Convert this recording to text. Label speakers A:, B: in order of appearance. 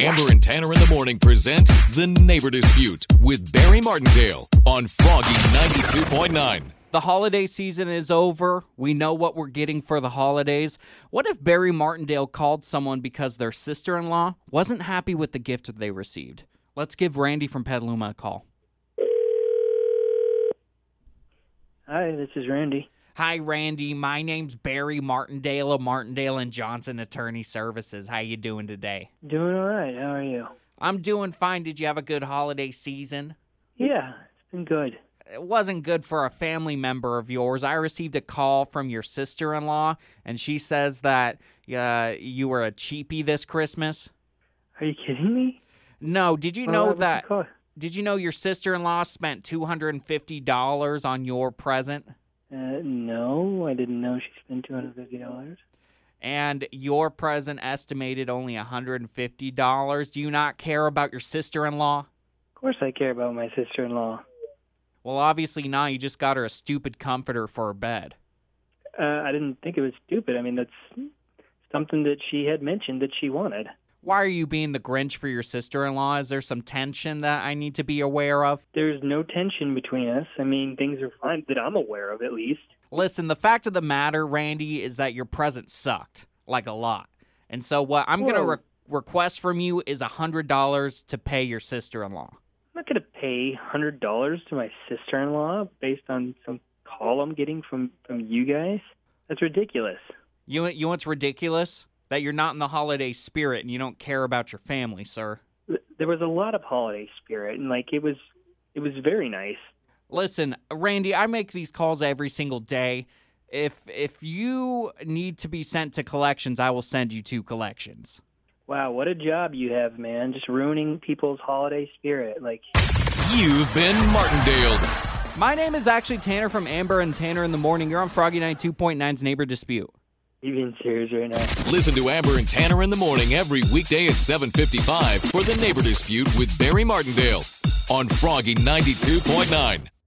A: Amber and Tanner in the morning present The Neighbor Dispute with Barry Martindale on Froggy 92.9.
B: The holiday season is over. We know what we're getting for the holidays. What if Barry Martindale called someone because their sister in law wasn't happy with the gift they received? Let's give Randy from Petaluma a call.
C: Hi, this is Randy.
B: Hi, Randy. My name's Barry Martindale of Martindale and Johnson Attorney Services. How you doing today?
C: Doing all right. How are you?
B: I'm doing fine. Did you have a good holiday season?
C: Yeah, it's been good.
B: it wasn't good for a family member of yours. I received a call from your sister in law, and she says that uh, you were a cheapie this Christmas.
C: Are you kidding me?
B: No, did you
C: Why
B: know
C: would I
B: that?
C: call-
B: Did you know your sister in law spent $250 on your present?
C: Uh, no, I didn't know she spent two hundred fifty dollars.
B: And your present estimated only $150. Do you not care about your sister in law?
C: Of course, I care about my sister-in-law.
B: Well, obviously not. You just got her a stupid comforter for her bed.
C: Uh, I didn't think it was stupid. I mean, that's something that she had mentioned that she wanted.
B: Why are you being the Grinch for your sister in law? Is there some tension that I need to be aware of?
C: There's no tension between us. I mean, things are fine that I'm aware of, at least.
B: Listen, the fact of the matter, Randy, is that your present sucked like a lot. And so what I'm going to
C: Whoa.
B: re- request from you is $100 to pay your sister-in-law.
C: I'm not going to pay hundred dollars to my sister-in-law based on some call I'm getting from from you guys. That's ridiculous.
B: You you know what's ridiculous? That you're not in the holiday spirit and you don't care about your family, sir.
C: th- there was a lot of holiday spirit and like it was it was very nice
B: Listen, Randy, I make these calls every single day. If if you need to be sent to collections, I will send you to collections.
C: wow what a job you have man just ruining people's holiday spirit like
A: You've been Martindale.
B: My name is actually Tanner from Amber and Tanner in the Morning. You're on Froggy 92.9's Neighbor Dispute.
C: you being serious right now
A: Listen to Amber and Tanner in the morning every weekday at 7:55 for The Neighbor Dispute with Barry Martindale on Froggy 92.9.